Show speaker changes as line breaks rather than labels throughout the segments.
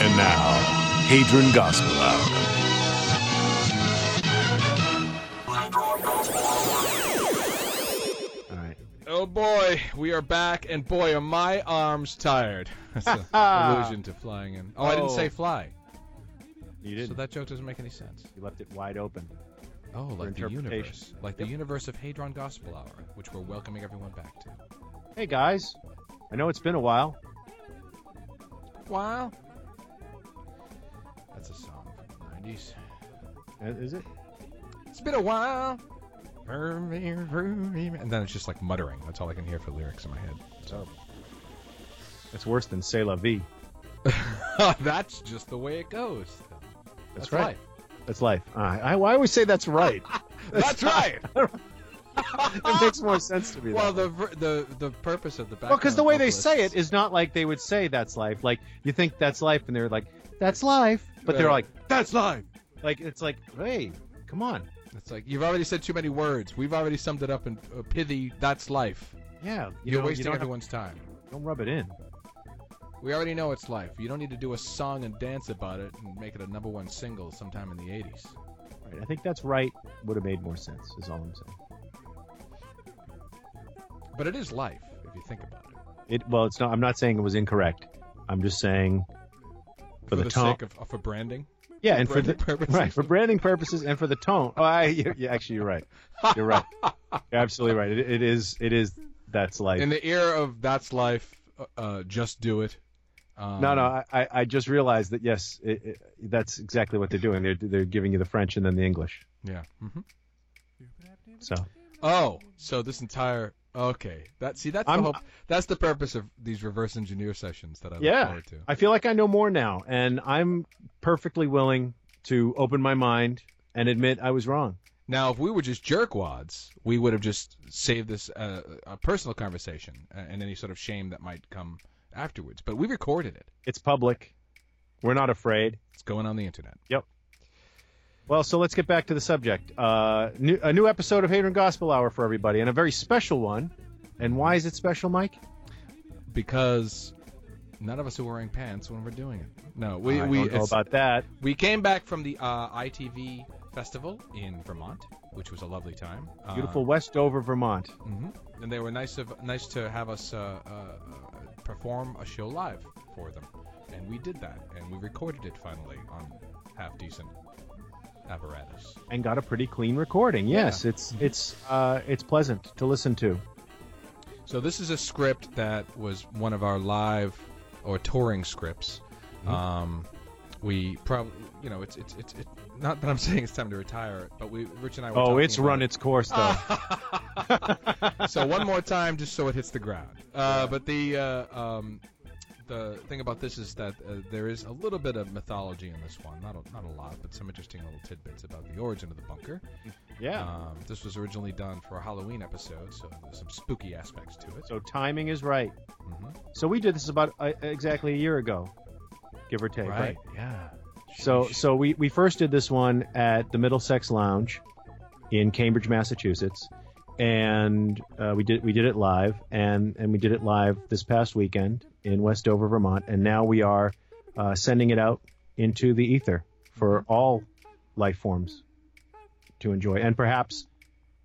And now, Hadron Gospel Hour.
All right.
Oh boy, we are back, and boy, are my arms tired. That's an allusion to flying in. Oh, I didn't say
Oh.
fly,
You
so
didn't.
that joke doesn't make any sense.
you left it wide open.
Oh, like the
interpretation.
universe, like the
Yep.
universe of Hadron Gospel Hour, which we're welcoming everyone back to.
Hey guys, I know it's been a while.
Wow, that's a song from the '90s.
Uh, Is it?
It's been a while. And then it's just like muttering. That's all I can hear for lyrics in my head. So
It's worse than C'est La Vie.
that's just the way it goes.
That's,
That's
right.
life.
That's life. Uh, I, I always say that's right.
That's right.
it makes more sense to me.
Well,
Well,
the ver- the the purpose of the background
well, because the way they
vocalists-
say it is not like they would say that's life. Like you think that's life, and they're like, "That's life," but they're
Right.
like, "That's life." Like it's like, hey, come on,
it's like you've already said too many words. We've already summed it up in uh, pithy. That's life.
yeah. You
You're
know,
wasting
you don't, have-
everyone's time.
don't rub it in.
We already know it's life. You don't need to do a song and dance about it and make it a number one single sometime in the '80s.
Right. I think that's right. Would have made more sense. Is all I'm saying.
But it is life if you think about it.
It well, it's not. I'm not saying it was incorrect. I'm just saying for,
the,
the, tone.
sake of uh, for branding.
yeah, and for
branding
the
purposes.
right for branding purposes and for the tone. Oh, I, you, you- actually, you're right. You're right. You're absolutely right. It, it is. It is. That's like.
In the era of that's life, uh, uh, just do it. Um,
no, no. I, I I just realized that yes, it, it, that's exactly what they're doing. They're they're giving you the French and then the English.
Yeah. hmm
So
Oh, so this entire okay. That see that's
I'm-
the whole, that's the purpose of these reverse engineer sessions that I look
Yeah.
forward to.
I feel like I know more now, and I'm perfectly willing to open my mind and admit I was wrong.
Now, if we were just jerkwads, we would have just saved this uh, a personal conversation uh, and any sort of shame that might come afterwards. But we recorded it.
It's public. We're not afraid.
It's going on the internet.
Well, so let's get back to the subject. Uh, new, a new episode of Hadron Gospel Hour for everybody, and a very special one. And why is it special, Mike?
because none of us are wearing pants when we're doing it. No, we
I
we
don't know
it's-
about that.
we came back from the uh, ITV festival in Vermont, which was a lovely time. Uh,
Beautiful Westover, Vermont.
mhm. And they were nice of nice to have us uh, uh, uh, perform a show live for them, and we did that, and we recorded it finally on half decent apparatus.
and got a pretty clean recording. Yes, it's it's uh, it's pleasant to listen to.
So this is a script that was one of our live or touring scripts.
Mm-hmm.
Um, we probably, you know, it's it's it's it, not that I'm saying it's time to retire, but we Rich and I. Were
Oh,
talking
it's
about
run its course though.
it. so one more time, just so it hits the ground. Uh, But the uh, um, the thing about this is that uh, there is a little bit of mythology in this one, not a, not a lot, but some interesting little tidbits about the origin of the bunker.
yeah.
Um, this was originally done for a Halloween episode, so there's some spooky aspects to it.
So timing is right.
Mhm.
So we did this about uh, exactly a year ago, give or take. Right.
Yeah.
So so we we first did this one at the Middlesex Lounge in Cambridge, Massachusetts, and uh, we did we did it live, and and we did it live this past weekend in Westover, Vermont, and now we are uh, sending it out into the ether for all life forms to enjoy, and perhaps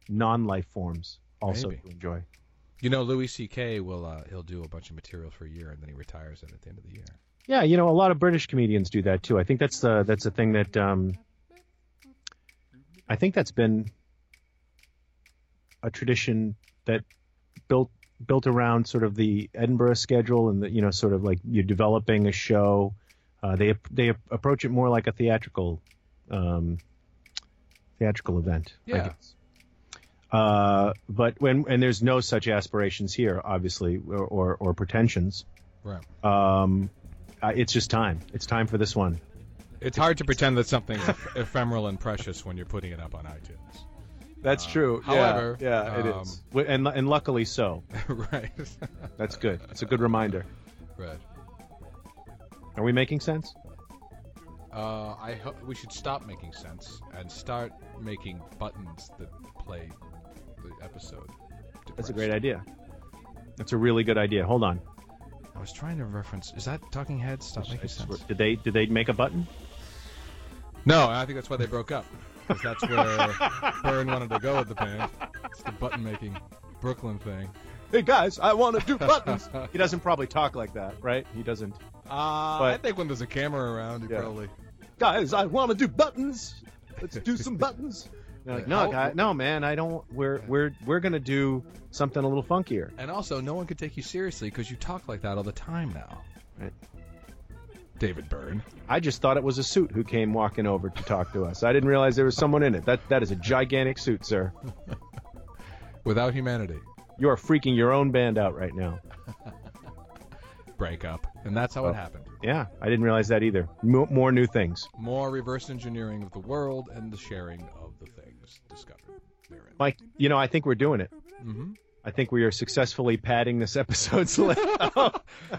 non-life forms also
Maybe.
to enjoy.
you know Louis C.K. will uh, he'll do a bunch of material for a year and then he retires it at the end of the year.
Yeah, you know, a lot of British comedians do that too. I think that's the that's a thing that um, I think that's been a tradition that built built around sort of the Edinburgh schedule and the you know sort of like you're developing a show. Uh, they they approach it more like a theatrical um, theatrical event. I
Yeah.
guess. Uh, but when and there's no such aspirations here, obviously, or or, or pretensions
Right.
um, uh, it's just time. It's time for this one.
It's hard to pretend that something's eph- ephemeral and precious when you're putting it up on iTunes.
That's
Uh, true. Yeah, however, yeah, it um, is.
And and luckily so.
right.
That's good. It's a good reminder.
right.
Are we making sense?
Uh, I ho- we should stop making sense and start making buttons that play the episode.
That's a
depressed.
great idea. That's a really good idea. Hold on.
I was trying to reference. Is that Talking Heads? Stop making sense.
Did they did they make a button?
No, I think that's why they broke up. 'Cause that's where Byrne wanted to go with the band. It's the button making Brooklyn thing.
Hey guys, I want to do buttons. he doesn't probably talk like that, right? He doesn't.
Uh, I
But-
think when there's a camera around, you
Yeah.
probably.
Guys, I want to do buttons. Let's do some buttons. They're like, no, guy, no, man, I don't. We're we're we're gonna do something a little funkier.
And also, no one could take you seriously because you talk like that all the time now.
Right.
David Byrne.
I just thought it was a suit who came walking over to talk to us. I didn't realize there was someone in it. That that is a gigantic suit, sir.
Without humanity,
You are freaking your own band out right now.
break up. And that's how
Oh.
it happened.
Yeah, I didn't realize that either. Mo more new things.
More reverse engineering of the world and the sharing of the things discovered therein.
Mike, you know, I think we're doing it.
Mm-hmm.
I think we are successfully padding this episode's length,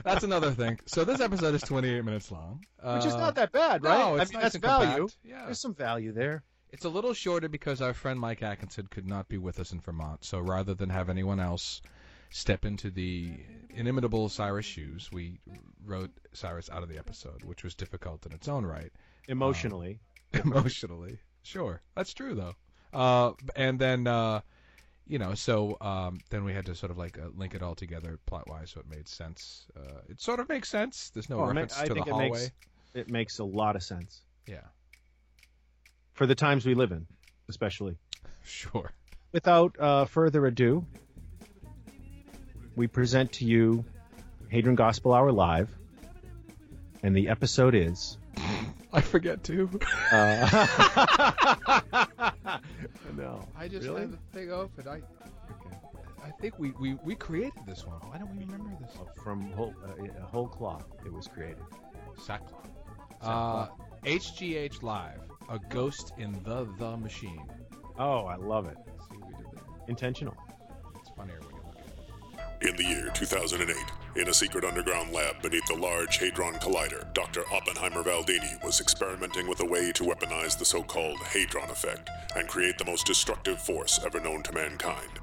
That's another thing. So this episode is 28 minutes long,
which is
Uh,
not that bad,
no,
right? I
it's
mean,
nice
that's
and
value.
compact. Yeah,
There's some value there.
it's a little shorter because our friend Mike Atkinson could not be with us in Vermont. So rather than have anyone else step into the inimitable Cyrus shoes, we wrote Cyrus out of the episode, which was difficult in its own right.
Emotionally,
emotionally. Sure, that's true though. Uh, and then uh, you know, so um, then we had to sort of like uh, link it all together plot wise, so it made sense. Uh, it sort of makes sense. There's no
Oh, it ma-
reference
I
to the
think it
hallway.
makes- it makes a lot of sense
Yeah,
for the times we live in, especially.
sure.
Without uh, further ado, we present to you Hadron Gospel Hour Live, and the episode is.
I forget too.
Uh, no.
I just
Really?
had the thing open. I. I think we, we, we created this one. Why don't we remember this?
From whole, uh, whole cloth, it was created.
Sackcloth. Uh, HGH Live, a ghost in the the machine.
Oh, I love it.
See, we did that.
Intentional.
It's funnier when you look at it.
In the year 2008, in a secret underground lab beneath the Large Hadron Collider, Dr. Oppenheimer Valdini was experimenting with a way to weaponize the so called Hadron effect and create the most destructive force ever known to mankind.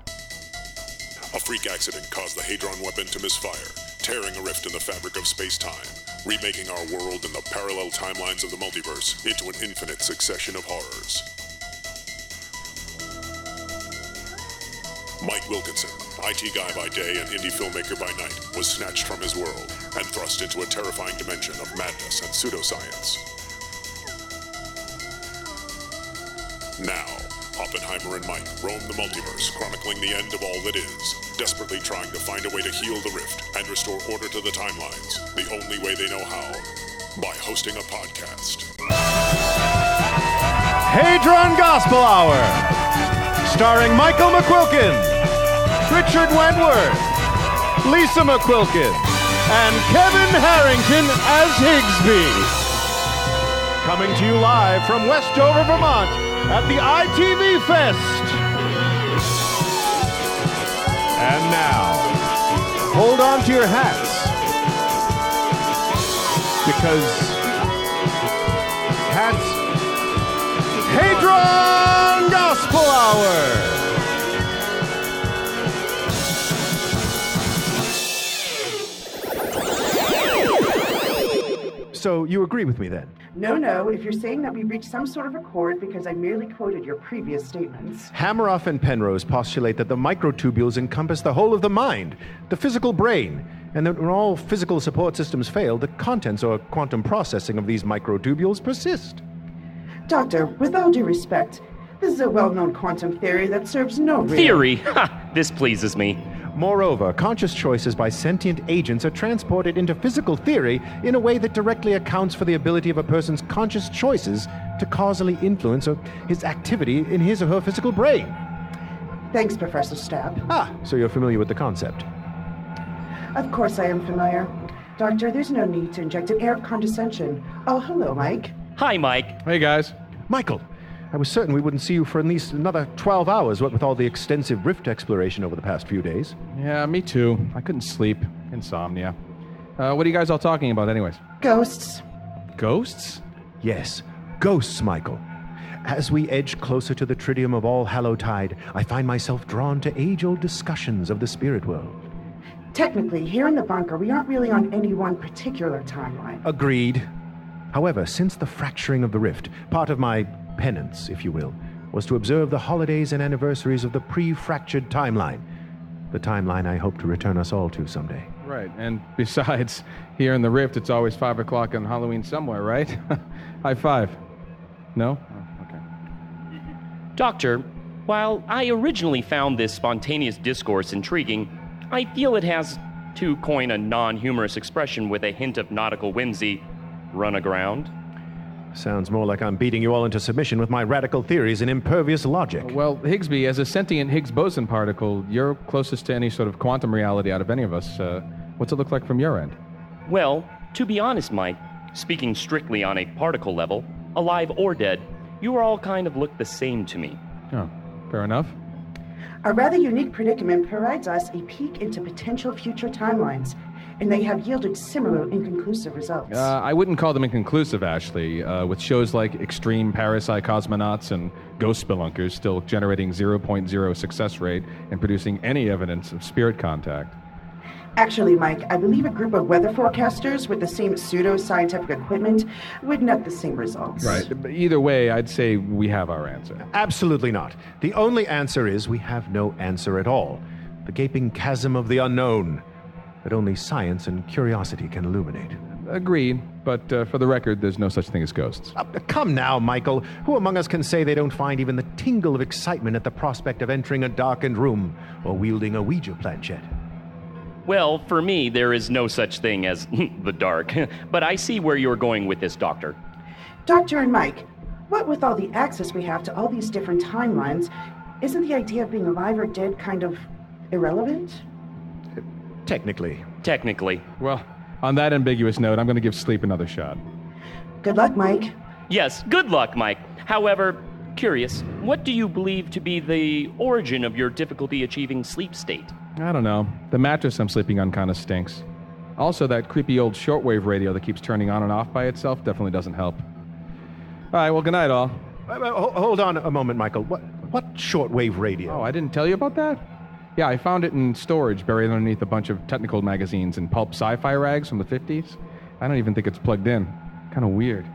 A freak accident caused the Hadron weapon to misfire, tearing a rift in the fabric of space time, remaking our world and the parallel timelines of the multiverse into an infinite succession of horrors. Mike Wilkinson, IT guy by day and indie filmmaker by night, was snatched from his world and thrust into a terrifying dimension of madness and pseudoscience. Now, Oppenheimer and Mike roam the multiverse, chronicling the end of all that is, desperately trying to find a way to heal the rift and restore order to the timelines, the only way they know how by hosting a podcast.
Hadron Gospel Hour, starring Michael McQuilkin, Richard Wentworth, Lisa McQuilkin, and Kevin Harrington as Higsby. Coming to you live from Westover, Vermont, at the ITV Fest. And now, hold on to your hats, because hats Hadron Gospel Hour. So you agree with me then?
No, no, if you're saying that we reached some sort of accord because I merely quoted your previous statements.
Hameroff and Penrose postulate that the microtubules encompass the whole of the mind, the physical brain, and that when all physical support systems fail, the contents or quantum processing of these microtubules persist.
Doctor, with all due respect, this is a well known quantum theory that serves no real.
Theory! Ha! This pleases me.
Moreover, conscious choices by sentient agents are transported into physical theory in a way that directly accounts for the ability of a person's conscious choices to causally influence uh, his activity in his or her physical brain.
Thanks, Professor Stab.
Ah, so you're familiar with the concept.
Of course I am familiar. Doctor, there's no need to inject an air of condescension. Oh, hello, Mike.
Hi, Mike.
Hey guys.
Michael, I was certain we wouldn't see you for at least another 12 hours, what with all the extensive rift exploration over the past few days.
Yeah, me too. I couldn't sleep. Insomnia. Uh, what are you guys all talking about, anyways?
Ghosts.
Ghosts?
Yes, ghosts, Michael. As we edge closer to the tritium of All Hallowtide, I find myself drawn to age old discussions of the spirit world.
Technically, here in the bunker, we aren't really on any one particular timeline.
Agreed. However, since the fracturing of the rift, part of my penance, if you will, was to observe the holidays and anniversaries of the pre fractured timeline. The timeline I hope to return us all to someday.
Right, and besides, here in the Rift, it's always five o'clock on Halloween somewhere, right? High five. No. Oh, okay.
Doctor, while I originally found this spontaneous discourse intriguing, I feel it has, to coin a non humorous expression with a hint of nautical whimsy, run aground.
Sounds more like I'm beating you all into submission with my radical theories and impervious logic.
Well, Higgsby, as a sentient Higgs boson particle, you're closest to any sort of quantum reality out of any of us. Uh, what's it look like from your end?
Well, to be honest, Mike, speaking strictly on a particle level, alive or dead, you all kind of look the same to me.
Oh, fair enough.
Our rather unique predicament provides us a peek into potential future timelines, and they have yielded similar inconclusive results.
Uh, I wouldn't call them inconclusive, Ashley, uh, with shows like Extreme Parasite Cosmonauts and Ghost Spelunkers still generating 0.0 success rate and producing any evidence of spirit contact.
Actually, Mike, I believe a group of weather forecasters with the same pseudo scientific equipment would net the same results.
But either way, I'd say we have our answer.
Absolutely not. The only answer is we have no answer at all. The gaping chasm of the unknown that only science and curiosity can illuminate.
Agreed, but uh, for the record, there's no such thing as ghosts.
Uh, come now, Michael. Who among us can say they don't find even the tingle of excitement at the prospect of entering a darkened room or wielding a Ouija planchette?
Well, for me, there is no such thing as the dark, but I see where you're going with this, Doctor.
Doctor and Mike, what with all the access we have to all these different timelines, isn't the idea of being alive or dead kind of irrelevant?
Technically.
Technically.
Well, on that ambiguous note, I'm going to give sleep another shot.
Good luck, Mike.
Yes, good luck, Mike. However, curious, what do you believe to be the origin of your difficulty achieving sleep state?
I don't know. The mattress I'm sleeping on kind of stinks. Also, that creepy old shortwave radio that keeps turning on and off by itself definitely doesn't help. All right, well, good night, all.
Uh, uh, ho- Hold on a moment, Michael. What, what shortwave radio?
Oh, I didn't tell you about that? Yeah, I found it in storage buried underneath a bunch of technical magazines and pulp sci fi rags from the 50s. I don't even think it's plugged in. Kind of weird.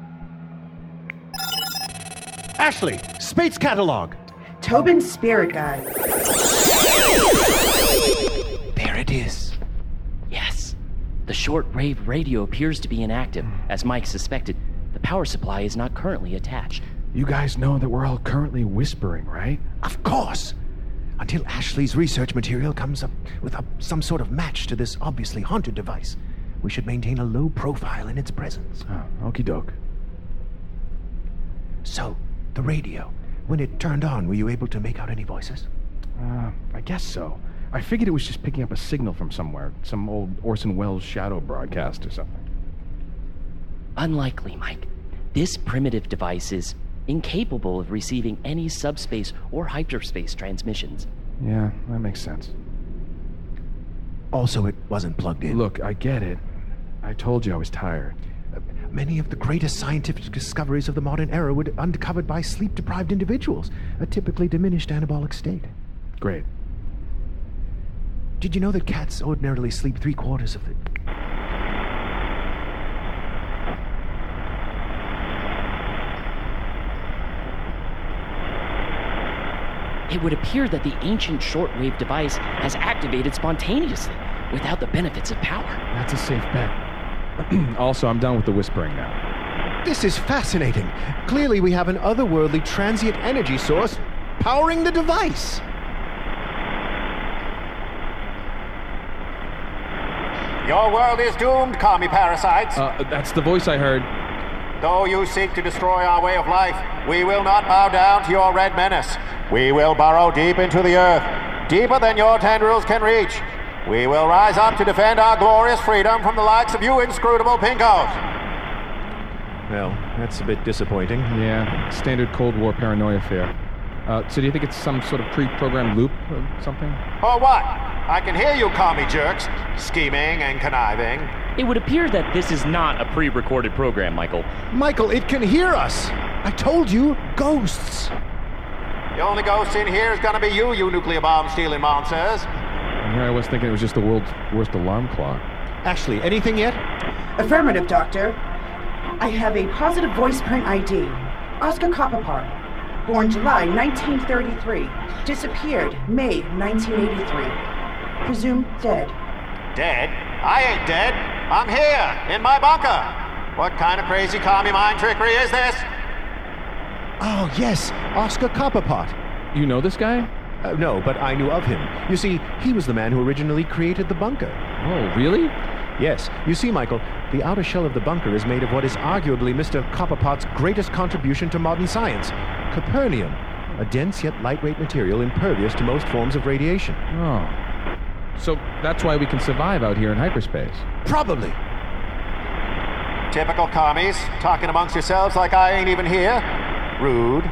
Ashley, Spates Catalog.
Tobin's spirit guide.
There it is. Yes. The shortwave radio appears to be inactive. As Mike suspected, the power supply is not currently attached.
You guys know that we're all currently whispering, right?
Of course. Until Ashley's research material comes up with a, some sort of match to this obviously haunted device, we should maintain a low profile in its presence.
Oh, okie doke.
So, the radio, when it turned on, were you able to make out any voices?
Uh, I guess so. I figured it was just picking up a signal from somewhere, some old Orson Welles shadow broadcast or something.
Unlikely, Mike. This primitive device is incapable of receiving any subspace or hyperspace transmissions.
Yeah, that makes sense.
Also, it wasn't plugged in.
Look, I get it. I told you I was tired.
Many of the greatest scientific discoveries of the modern era were uncovered by sleep deprived individuals, a typically diminished anabolic state.
Great.
Did you know that cats ordinarily sleep three quarters of the.
It would appear that the ancient shortwave device has activated spontaneously without the benefits of power.
That's a safe bet. also, I'm done with the whispering now.
This is fascinating. Clearly, we have an otherworldly transient energy source powering the device.
Your world is doomed, commie parasites.
Uh, that's the voice I heard.
Though you seek to destroy our way of life, we will not bow down to your red menace. We will burrow deep into the earth, deeper than your tendrils can reach. We will rise up to defend our glorious freedom from the likes of you inscrutable pinkos.
Well, that's a bit disappointing.
Yeah, standard Cold War paranoia fare. Uh, so do you think it's some sort of pre-programmed loop or something?
Or what? I can hear you, commie jerks, scheming and conniving.
It would appear that this is not a pre recorded program, Michael.
Michael, it can hear us! I told you, ghosts!
The only ghost in here is gonna be you, you nuclear bomb stealing monsters.
And here I was thinking it was just the world's worst alarm clock.
Ashley, anything yet?
Affirmative, Doctor. I have a positive voice print ID. Oscar Copperpot. Born July 1933. Disappeared May 1983. Presumed dead.
Dead? I ain't dead. I'm here, in my bunker. What kind of crazy commie mind trickery is this?
Oh, yes, Oscar Copperpot.
You know this guy?
Uh, no, but I knew of him. You see, he was the man who originally created the bunker.
Oh, really?
Yes, you see, Michael, the outer shell of the bunker is made of what is arguably Mr. Copperpot's greatest contribution to modern science Copernium, a dense yet lightweight material impervious to most forms of radiation.
Oh. So that's why we can survive out here in hyperspace.
Probably.
Typical commies, talking amongst yourselves like I ain't even here. Rude.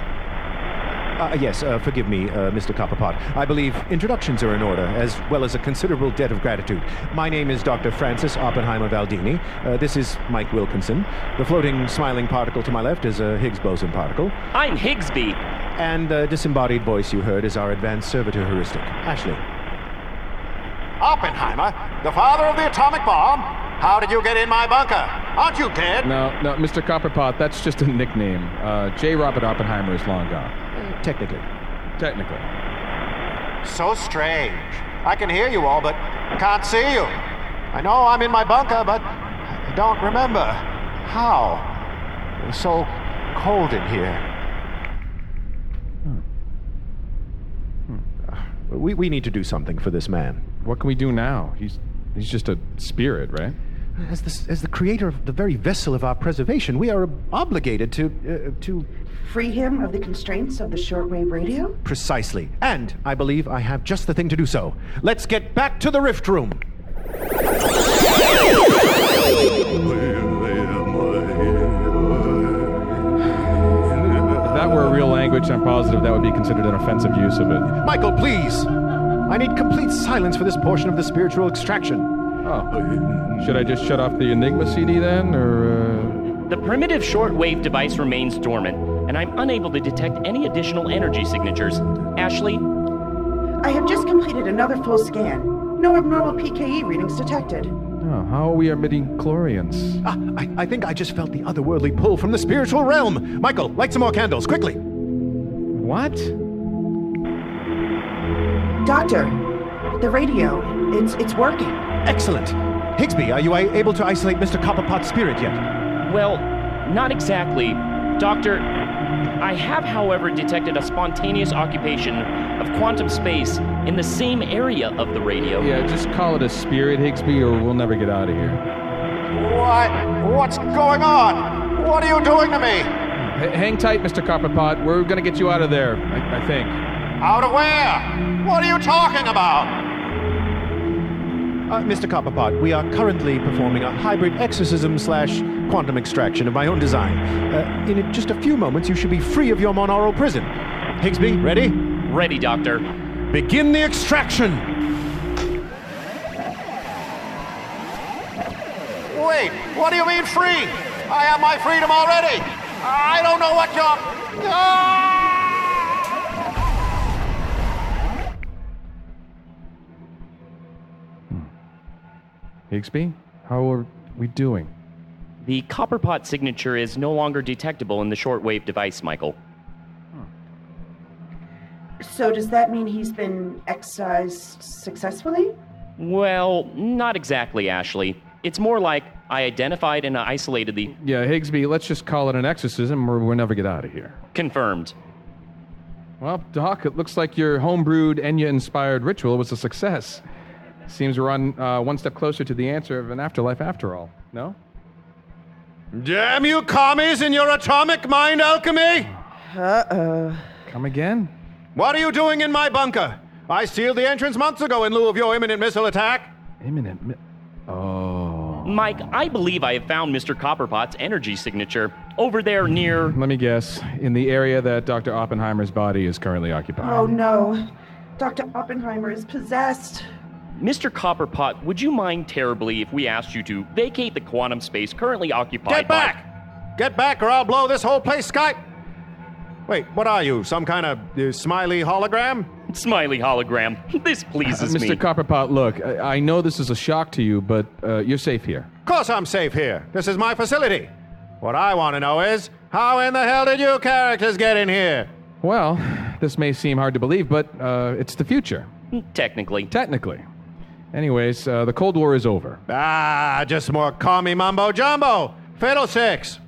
Uh, yes, uh, forgive me, uh, Mr. Copperpot. I believe introductions are in order, as well as a considerable debt of gratitude. My name is Dr. Francis Oppenheimer Valdini. Uh, this is Mike Wilkinson. The floating, smiling particle to my left is a Higgs boson particle.
I'm Higsby.
And the disembodied voice you heard is our advanced servitor heuristic. Ashley.
Oppenheimer, the father of the atomic bomb? How did you get in my bunker? Aren't you dead?
No, no, Mr. Copperpot, that's just a nickname. Uh, J. Robert Oppenheimer is long gone.
Technically.
Technically.
So strange. I can hear you all, but can't see you. I know I'm in my bunker, but I don't remember. How? It was so cold in here.
Hmm. Uh, We, we need to do something for this man.
What can we do now? He's he's just a spirit, right?
As the, as the creator of the very vessel of our preservation, we are obligated to. Uh, to
Free him of the constraints of the shortwave radio?
precisely. And I believe I have just the thing to do so. Let's get back to the rift room.
If that were a real language, I'm positive that would be considered an offensive use of it.
Michael, please! I need complete silence for this portion of the spiritual extraction.
Oh. Should I just shut off the Enigma CD then, or?
The primitive shortwave device remains dormant, and I'm unable to detect any additional energy signatures. Ashley,
I have just completed another full scan. No abnormal PKE readings detected.
Uh, oh, how are we emitting chlorians?
Ah, I, I think I just felt the otherworldly pull from the spiritual realm. Michael, light some more candles, quickly!
What?
Doctor, the radio, it's it's working.
Excellent! Higsby, are you a- able to isolate Mr. Copperpot's spirit yet?
well, not exactly. Doctor, I have, however, detected a spontaneous occupation of quantum space in the same area of the radio.
Yeah, just call it a spirit, Higsby, or we'll never get out of here.
What? What's going on? What are you doing to me?
H- hang tight, Mr. Copperpot. We're gonna get you out of there. I, I think.
Out of where? What are you talking about?
Uh, Mr. Copperpot, we are currently performing a hybrid exorcism slash quantum extraction of my own design. Uh, in just a few moments, you should be free of your monaural prison. Higsby, ready?
Ready, Doctor.
Begin the extraction!
Wait, what do you mean free? I have my freedom already. I don't know what you're. Ah!
Higsby, how are we doing?
The copperpot signature is no longer detectable in the shortwave device, Michael.
So does that mean he's been excised successfully?
Well, not exactly, Ashley. It's more like I identified and isolated the
Yeah, Higsby, let's just call it an exorcism, or we'll never get out of here.
confirmed.
Well, Doc, it looks like your homebrewed Enya-inspired ritual was a success. Seems we're on uh, one step closer to the answer of an afterlife after all. No?
Damn you commies and your atomic mind alchemy!
Come again?
What are you doing in my bunker? I sealed the entrance months ago in lieu of your imminent missile attack.
Imminent. Mi- oh.
Mike, I believe I have found Mr. Copperpot's energy signature over there near.
Let me guess. In the area that Dr. Oppenheimer's body is currently occupied.
Oh no. Dr. Oppenheimer is possessed.
Mr. Copperpot, would you mind terribly if we asked you to vacate the quantum space currently occupied
Get
by.
back! Get back or I'll blow this whole place sky. Wait, what are you? Some kind of uh, smiley hologram?
Smiley hologram. This pleases
Mr.
me.
Uh, Copperpot, look, I, I know this is a shock to you, but uh, you're safe here.
Of course I'm safe here. This is my facility. What I want to know is how in the hell did you characters get in here?
Well, this may seem hard to believe, but uh, it's the future,
Technically.
technically. Anyways, uh, the Cold War is over.
Ah, just more commie mumbo jumbo. Fiddlesticks.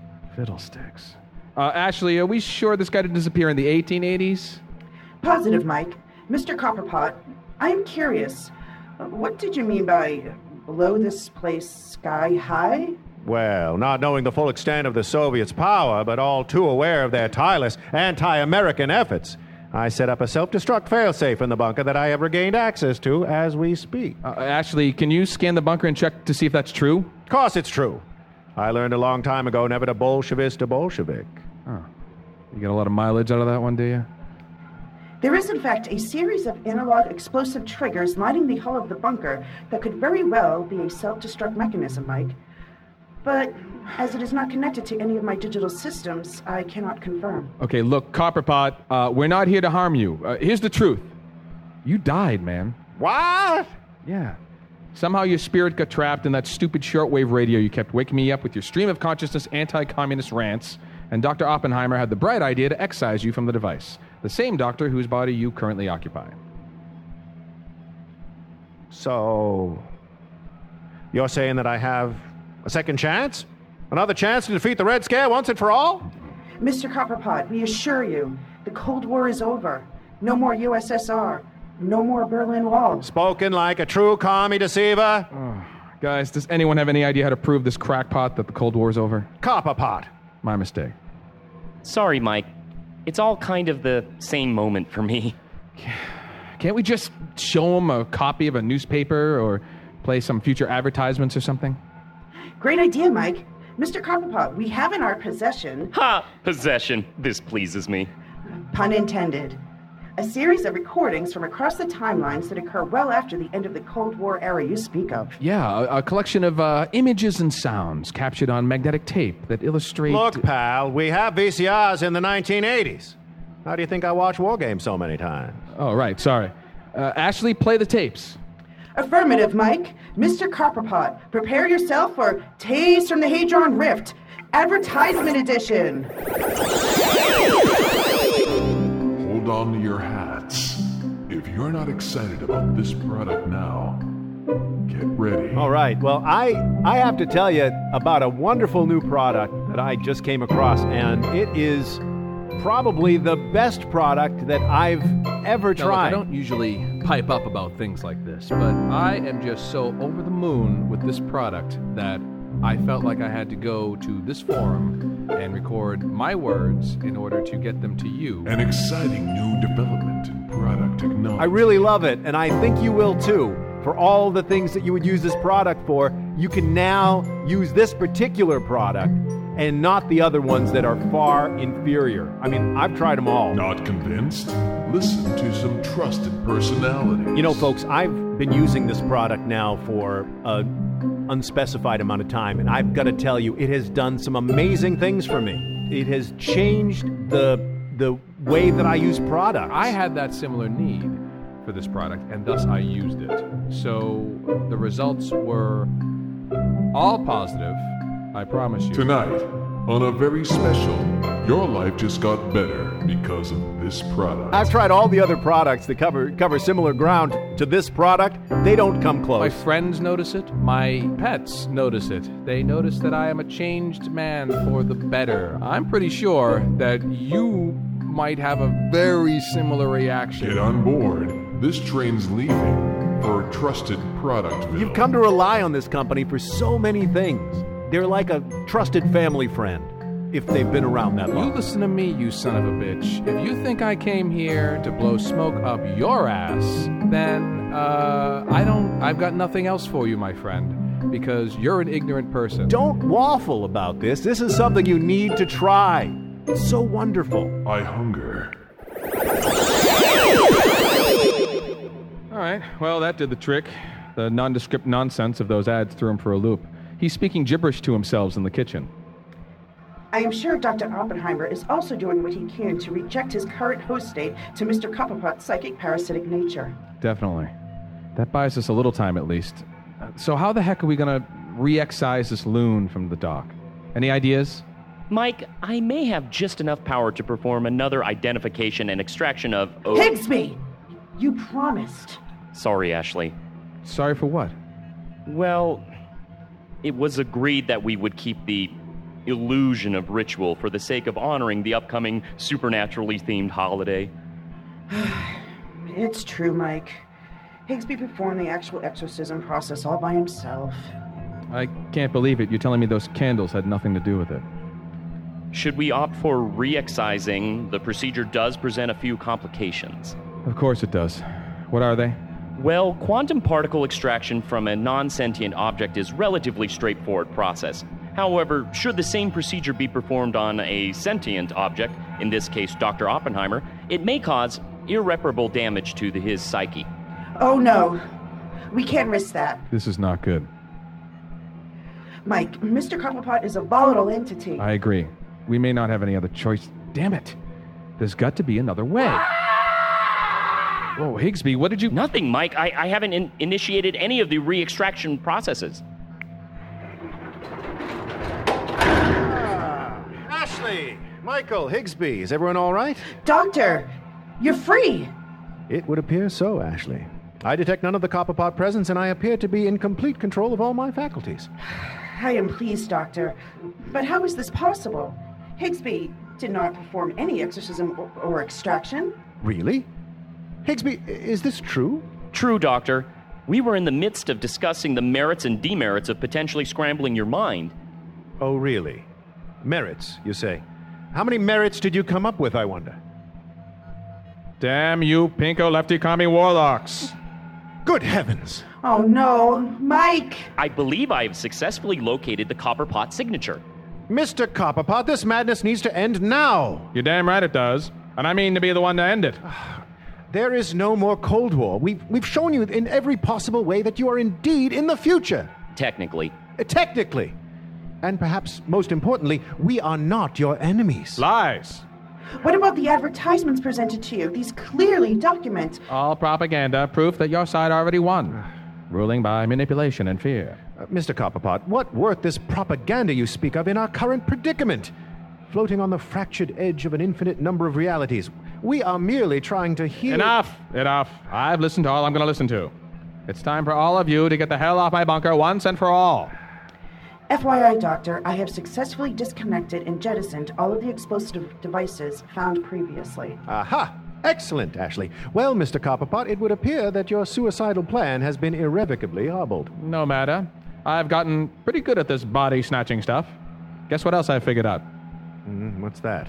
Fiddlesticks. Uh, Ashley, are we sure this guy didn't disappear in the 1880s?
Positive, Mike. Mr. Copperpot, I am curious. uh, What did you mean by blow this place sky high?
Well, not knowing the full extent of the Soviets' power, but all too aware of their tireless anti American efforts, I set up a self destruct failsafe in the bunker that I have regained access to as we speak.
Uh, Ashley, can you scan the bunker and check to see if that's true?
Of course, it's true. I learned a long time ago never to Bolshevist to Bolshevik.
You get a lot of mileage out of that one, do you?
There is, in fact, a series of analog explosive triggers lining the hull of the bunker that could very well be a self destruct mechanism, Mike. But as it is not connected to any of my digital systems, I cannot confirm.
Okay, look, Copperpot, uh, we're not here to harm you. Uh, here's the truth. You died, man.
What?
Yeah. Somehow your spirit got trapped in that stupid shortwave radio you kept waking me up with your stream of consciousness anti communist rants, and Dr. Oppenheimer had the bright idea to excise you from the device. The same doctor whose body you currently occupy.
So, you're saying that I have a second chance? Another chance to defeat the Red Scare once and for all?
Mr. Copperpot, we assure you, the Cold War is over. No more USSR. No more Berlin Wall.
Spoken like a true commie deceiver.
Guys, does anyone have any idea how to prove this crackpot that the Cold War is over?
Copperpot.
My mistake.
Sorry, Mike. It's all kind of the same moment for me.
Can't we just show him a copy of a newspaper or play some future advertisements or something?
Great idea, Mike. Mr. Copperpot, we have in our possession,
Ha! Possession. This pleases me.
pun intended, a series of recordings from across the timelines that occur well after the end of the Cold War era you speak of.
Yeah, a, a collection of uh, images and sounds captured on magnetic tape that illustrate.
Look, pal, we have VCRs in the 1980s. How do you think I watch war games so many times?
Oh, right, sorry. Uh, Ashley, play the tapes.
Affirmative, Mike. Mr. Copperpot, prepare yourself for Taste from the Hadron Rift, Advertisement Edition.
Hold on to your hats. If you're not excited about this product now, get ready.
All right. Well, I I have to tell you about a wonderful new product that I just came across, and it is probably the best product that I've ever
Now, look, I
tried.
don't usually pipe up about things like this, but I am just so over the moon with this product that I felt like I had to go to this forum and record my words in order to get them to you.
An exciting new development in product technology.
I really love it, and I think you will too. For all the things that you would use this product for, you can now use this particular product and not the other ones that are far inferior. I mean, I've tried them all.
Not convinced? Listen to some trusted personalities.
You know, folks, I've been using this product now for an unspecified amount of time, and I've got to tell you, it has done some amazing things for me. It has changed the the way that I use products.
I had that similar need for this product, and thus I used it. So the results were all positive, I promise you.
Tonight, on a very special, your life just got better because of this product.
I've tried all the other products that cover cover similar ground to this product. They don't come
My
close.
friends notice it. My pets notice it. They notice that I am a changed man for the better. I'm pretty sure that you might have a very similar
Get
reaction.
on board. This train's leaving for a trusted product.
You've come to rely on this company for so many things. They're like a trusted family friend if they've been around that
You
long.
listen to me, you son of a bitch. If you think I came here to blow smoke up your ass, then uh, I don't. I've got nothing else for you, my friend, because you're an ignorant person.
Don't waffle about this. This is something you need to try. It's so wonderful.
I hunger.
All right, well, that did the trick. The nondescript nonsense of those ads threw him for a loop. He's speaking gibberish to himself in the kitchen.
I am sure Dr. Oppenheimer is also doing what he can to reject his current host state to Mr. Copperpot's psychic parasitic nature.
Definitely. That buys us a little time at least. So, how the heck are we going to re excise this loon from the dock? Any ideas?
Mike, I may have just enough power to perform another identification and extraction of. Oh,
Higsby! You promised.
Sorry, Ashley.
Sorry for what?
Well, it was agreed that we would keep the illusion of ritual for the sake of honoring the upcoming supernaturally themed holiday.
It's true, Mike. Higsby performed the actual exorcism process all by himself.
I can't believe it. You're telling me those candles had nothing to do with it.
Should we opt for re excising, the procedure does present a few complications.
Of course it does. What are they?
Well, quantum particle extraction from a non sentient object is relatively straightforward process. However, should the same procedure be performed on a sentient object, in this case Dr. Oppenheimer, it may cause irreparable damage to the, his psyche.
Oh no, we can't risk that.
This is not good.
Mike, Mr. Copperpot is a volatile entity.
I agree. We may not have any other choice. Damn it. There's got to be another way. Whoa, Higsby, what did you.
Nothing, Mike. I, I haven't in- initiated any of the re extraction processes.
Ashley, Michael, Higsby, is everyone all right?
Doctor, you're free!
It would appear so, Ashley. I detect none of the copperpot presence, and I appear to be in complete control of all my faculties.
I am pleased, Doctor. But how is this possible? Higsby did not perform any exorcism or, or extraction.
Really? Higsby, i- is this true?
True, Doctor. We were in the midst of discussing the merits and demerits of potentially scrambling your mind.
Oh, really? Merits, you say? How many merits did you come up with, I wonder?
Damn you, pinko lefty commie warlocks.
Good heavens!
Oh no, Mike!
I believe I have successfully located the Copperpot signature.
Mr. Copperpot, this madness needs to end now!
You're damn right it does. And I mean to be the one to end it.
There is no more Cold War. We've, we've shown you in every possible way that you are indeed in the future,
Technically,
Uh, technically. And perhaps most importantly, we are not your enemies.
Lies.
What about the advertisements presented to you? These clearly document.
All propaganda, proof that your side already won. Ruling by manipulation and fear.
Uh, Mr. Copperpot, what worth this propaganda you speak of in our current predicament? Floating on the fractured edge of an infinite number of realities, we are merely trying to heal.
Enough! Enough. I've listened to all I'm going to listen to. It's time for all of you to get the hell off my bunker once and for all.
FYI, Doctor, I have successfully disconnected and jettisoned all of the explosive devices found previously.
Aha! Excellent, Ashley. Well, Mr. Copperpot, it would appear that your suicidal plan has been irrevocably hobbled.
No matter. I've gotten pretty good at this body snatching stuff. Guess what else I figured out?
Mm, what's that?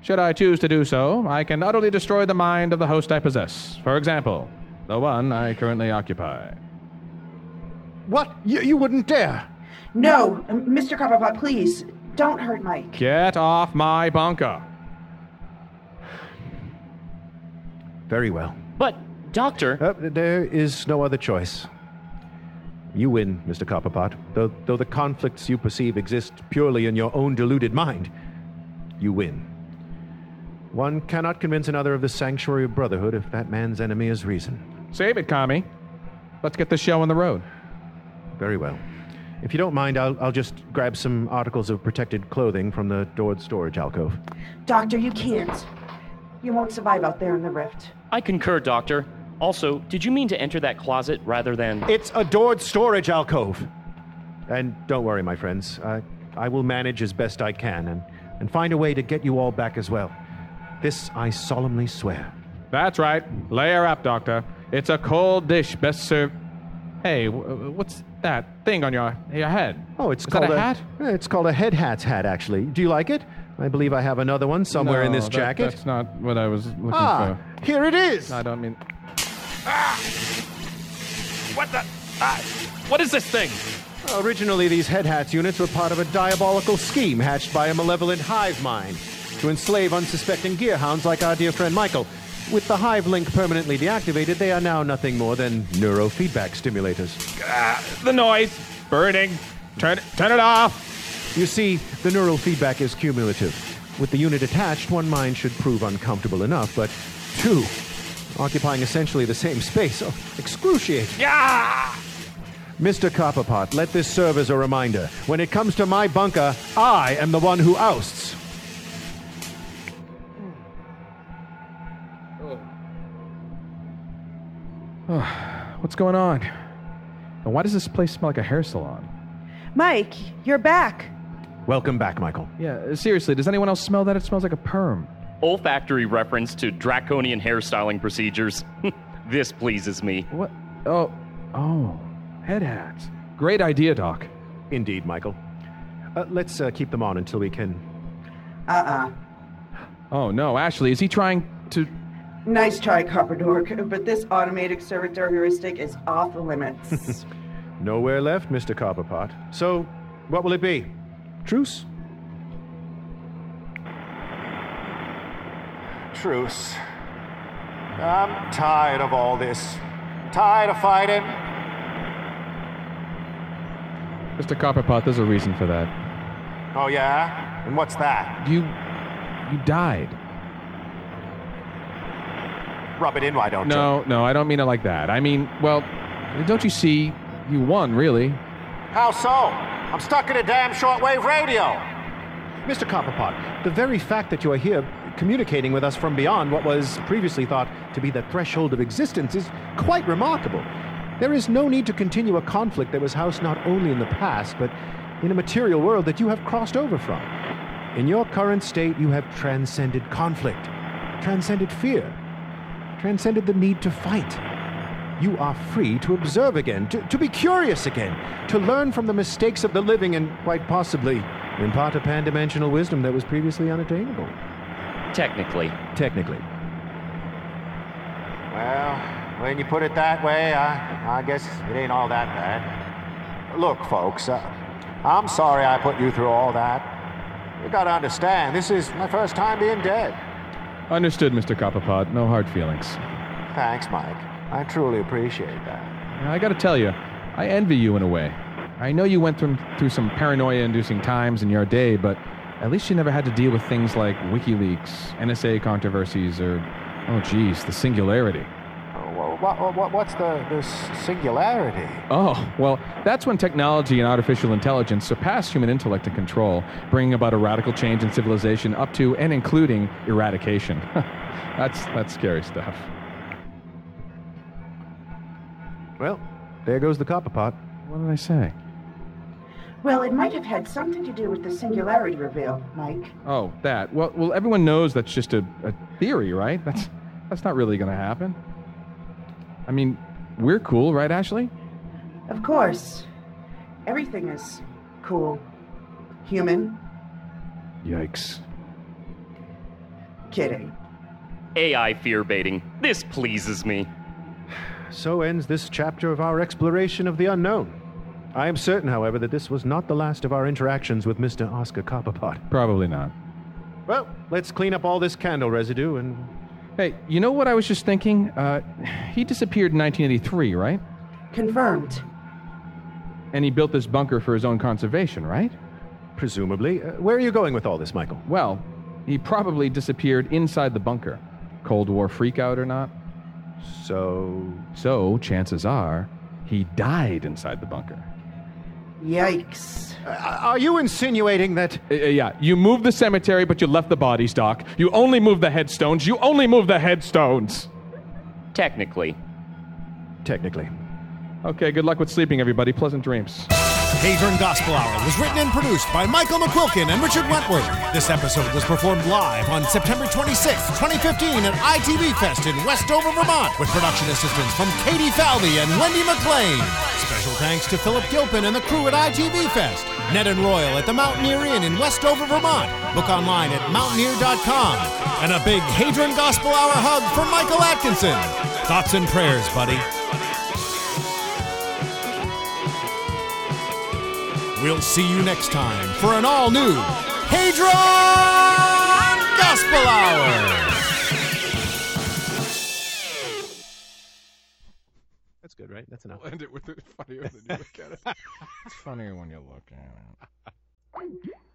Should I choose to do so, I can utterly destroy the mind of the host I possess. For example, the one I currently occupy.
What? You, you wouldn't dare!
No, um, Mr. Copperpot, please, don't hurt Mike.
Get off my bunker.
Very well.
but Doctor,
Uh, there is no other choice. You win, Mr. Copperpot, though, though the conflicts you perceive exist purely in your own deluded mind. You win. One cannot convince another of the sanctuary of brotherhood if that man's enemy is reason.
Save it, commie. Let's get this show on the road.
Very well. If you don't mind, I'll, I'll just grab some articles of protected clothing from the doored storage alcove.
Doctor, you can't. You won't survive out there in the rift.
I concur, Doctor. Also, did you mean to enter that closet rather than.
It's a doored storage alcove! And don't worry, my friends. I, I will manage as best I can and, and find a way to get you all back as well. This I solemnly swear.
That's right. Layer up, Doctor. It's a cold dish best served. Hey, wh- what's that thing on your, your head?
Oh, it's
Is
called
that a, hat?
Yeah, It's called a head hat's hat, actually. Do you like it? I believe I have another one somewhere in
No,
this
that-
jacket.
That's not what I was looking
ah,
for.
here it is.
I don't mean.
What the? Ah, what is this thing?
Originally, these head hats units were part of a diabolical scheme hatched by a malevolent hive mind to enslave unsuspecting gearhounds like our dear friend Michael. With the hive link permanently deactivated, they are now nothing more than neurofeedback stimulators.
The noise! Burning! Turn, turn it off!
You see, the neural feedback is cumulative. With the unit attached, one mind should prove uncomfortable enough, but two, occupying essentially the same space, oh, excruciating. Yeah! Mr. Copperpot, let this serve as a reminder. When it comes to my bunker, I am the one who ousts.
What's going on? And why does this place smell like a hair salon?
Mike, you're back.
Welcome back, Michael.
Yeah, uh, seriously, does anyone else smell that? It smells like a perm.
Olfactory reference to draconian hairstyling procedures. this pleases me.
What? Oh, oh, head hats. Great idea, Doc.
Indeed, Michael. Uh, let's uh, keep them on until we can.
Uh-uh.
Oh no, Ashley, is he trying to?
Nice try, Copper Dork, but this automatic servitor heuristic is off the limits.
Nowhere left, Mr. Copperpot. So, what will it be? Truce?
Truce. I'm tired of all this. Tired of fighting.
Mr. Copperpot, there's a reason for that.
Oh, yeah? And what's that?
You, you died.
Rub it in, why don't you?
No, no, I don't mean it like that. I mean, well, don't you see? You won, really.
How so? I'm stuck in a damn shortwave radio.
Mr. Copperpot, the very fact that you are here communicating with us from beyond what was previously thought to be the threshold of existence is quite remarkable. There is no need to continue a conflict that was housed not only in the past, but in a material world that you have crossed over from. In your current state, you have transcended conflict, transcended fear, transcended the need to fight. You are free to observe again, to, to be curious again, to learn from the mistakes of the living and quite possibly impart a pan dimensional wisdom that was previously unattainable.
Technically.
Technically.
Well, when you put it that way, I, I guess it ain't all that bad. Look, folks, uh, I'm sorry I put you through all that. You gotta understand, this is my first time being dead.
Understood, Mr. Copperpot. No hard feelings.
Thanks, Mike. I truly appreciate that.
I gotta tell you, I envy you in a way. I know you went through, through some paranoia inducing times in your day, but at least you never had to deal with things like WikiLeaks, NSA controversies, or, oh geez, the singularity.
Oh, what, what, what's the, the s- singularity?
Oh, well, that's when technology and artificial intelligence surpass human intellect and control, bringing about a radical change in civilization up to and including eradication. that's, that's scary stuff.
Well, there goes the Copperpot.
What did I say?
well, it might have had something to do with the singularity reveal, Mike.
Oh, that. Well, well everyone knows that's just a, a theory, right? That's, that's not really going to happen. I mean, we're cool, right, Ashley?
Of course. Everything is cool. Human.
Yikes.
Kidding.
AI fear baiting. This pleases me.
So ends this chapter of our exploration of the unknown. I am certain, however, that this was not the last of our interactions with Mr. Oscar Copperpot.
Probably not.
Well, let's clean up all this candle residue and.
Hey, you know what I was just thinking? Uh, he disappeared in 1983, right?
Confirmed.
And he built this bunker for his own conservation, right?
Presumably. Uh, where are you going with all this, Michael?
Well, he probably disappeared inside the bunker. Cold War freakout or not.
So.
So, chances are, he died inside the bunker.
Yikes.
Uh, are you insinuating that.
Uh, uh, yeah, you moved the cemetery, but you left the bodies, Doc. You only moved the headstones. You only moved the headstones.
Technically.
Technically.
Okay, good luck with sleeping, everybody. Pleasant dreams.
Hadron Gospel Hour was written and produced by Michael McQuilkin and Richard Wentworth. This episode was performed live on September 26, 2015 at ITV Fest in Westover, Vermont, with production assistance from Katie Falvey and Wendy McLean. Special thanks to Philip Gilpin and the crew at ITV Fest, Ned and Royal at the Mountaineer Inn in Westover, Vermont. Look online at mountaineer.com. And a big Hadron Gospel Hour hug for Michael Atkinson. Thoughts and prayers, buddy. We'll see you next time for an all new Hadron Gospel Hour.
That's good, right? That's enough.
End it with it funnier than you look at it.
It's funnier when you look at it.